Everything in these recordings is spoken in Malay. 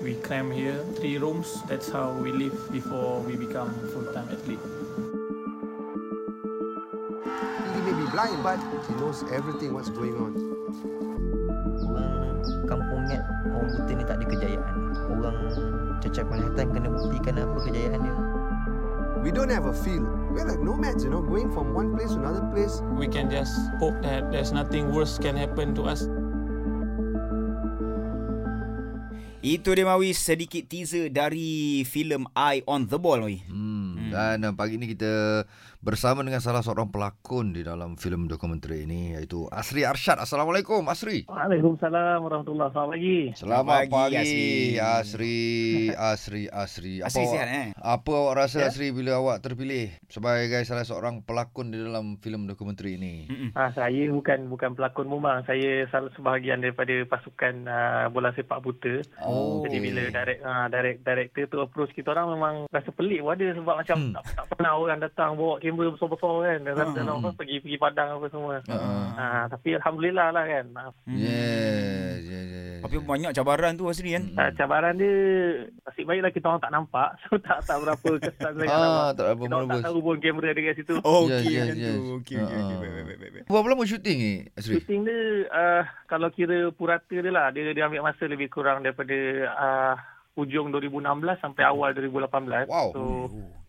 We climb here, three rooms. That's how we live before we become full-time athlete. He may be blind, but he knows everything what's going on. Orang kampung Ngat, orang buta ni tak ada kejayaan. Orang cacat penglihatan kena buktikan apa kejayaan dia. We don't have a field. We're like nomads, you know, going from one place to another place. We can just hope that there's nothing worse can happen to us. Itu dia Mawi sedikit teaser dari filem Eye on the Ball Mawi. Hmm. Dan uh, pagi ni kita bersama dengan salah seorang pelakon di dalam filem dokumentari ini iaitu Asri Arsyad. Assalamualaikum Asri. Waalaikumsalam warahmatullahi Selamat pagi. Selamat pagi, pagi Asri. Asri Asri Asri. Asri awak- sihat eh? Apa awak rasa yeah. Asri bila awak terpilih sebagai salah seorang pelakon di dalam filem dokumentari ini? Ha, saya bukan bukan pelakon memang. Saya salah sebahagian daripada pasukan uh, bola sepak buta. Oh. Jadi bila direct, uh, direct, director tu approach kita orang memang rasa pelik pun ada sebab macam hmm. tak, tak pernah orang datang bawa kamera besar-besar kan. Dan, hmm. dan orang pergi pergi padang apa semua. Uh-uh. Ha, tapi Alhamdulillah lah kan. Ha, Hmm. Yes, yes, yes. yes. Hmm. Tapi banyak cabaran tu Asri kan. ha, cabaran dia nasib baiklah kita orang tak nampak. So tak tak berapa kesan sangat Ah, nampak. tak apa Kita orang tak menerobos. tahu pun kamera dia kat situ. Oh, Yes, okey yes, macam tu. yes. Okey okey okey. Ah. Baik baik baik, baik. Berapa lama syuting ni Asri? Shooting dia uh, kalau kira purata dia lah dia dia ambil masa lebih kurang daripada uh, hujung 2016 sampai awal 2018. Wow. Hmm, So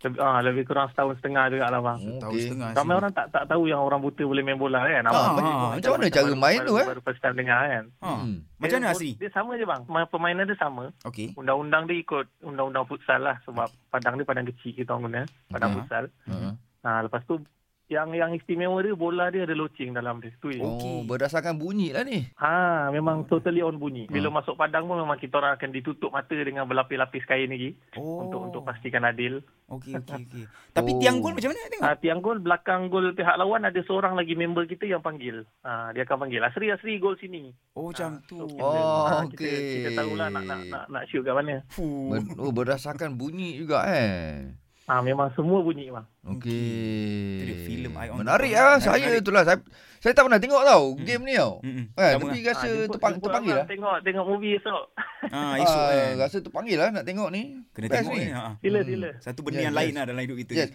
Oh, lebih, uh, lebih kurang setahun setengah juga lah bang. Tahu setengah. Ramai orang tak tak tahu yang orang buta boleh main bola kan. Abang Ah, tadi ah, macam mana cara baru- main baru- tu, eh? Baru first time dengar kan. Ha. Hmm. Macam mana Dia- Asri? Dia sama je bang. Ma- Permainan dia sama. Okey. Undang-undang dia ikut undang-undang futsal lah sebab padang dia padang kecil kita orang guna. Padang Okey. futsal. Uh-huh. Ha, lepas tu yang yang istimewa dia bola dia ada loceng dalam dia. Tu je. Okey. Oh, berdasarkan bunyi lah ni. Ha, Hmm. memang totally on bunyi. Bila masuk padang pun memang kita orang akan ditutup mata dengan berlapis-lapis kain lagi Oh. untuk untuk pastikan adil. Okey okey okey. Tapi Oh. tiang gol macam mana tengok? Ha, tiang gol belakang gol pihak lawan ada seorang lagi member kita yang panggil. Ha, dia akan panggil Asri Asri gol sini. Oh macam tu. kita, Oh, kita, okey. kita tahulah nak nak nak, nak shoot kat mana. Fuh. Ber- oh, berdasarkan bunyi juga eh. Ha, memang semua bunyi bang. Okey. Itu dia filem Eye on Menarik the Ball. ah. Menarik, Saya menarik. Hmm. itulah saya saya tak pernah tengok tau game ni tau. Mm-mm. Eh, Sama tapi lah. rasa Ah, jemput- terpang, jemput terpanggil abang lah. Tengok tengok movie esok. Ah esok Ah, kan. Rasa terpanggil lah nak tengok ni. Kena Best tengok ni. Ha. Sila sila. Satu benda Yes, yang lain yes. lah dalam hidup kita. Yes.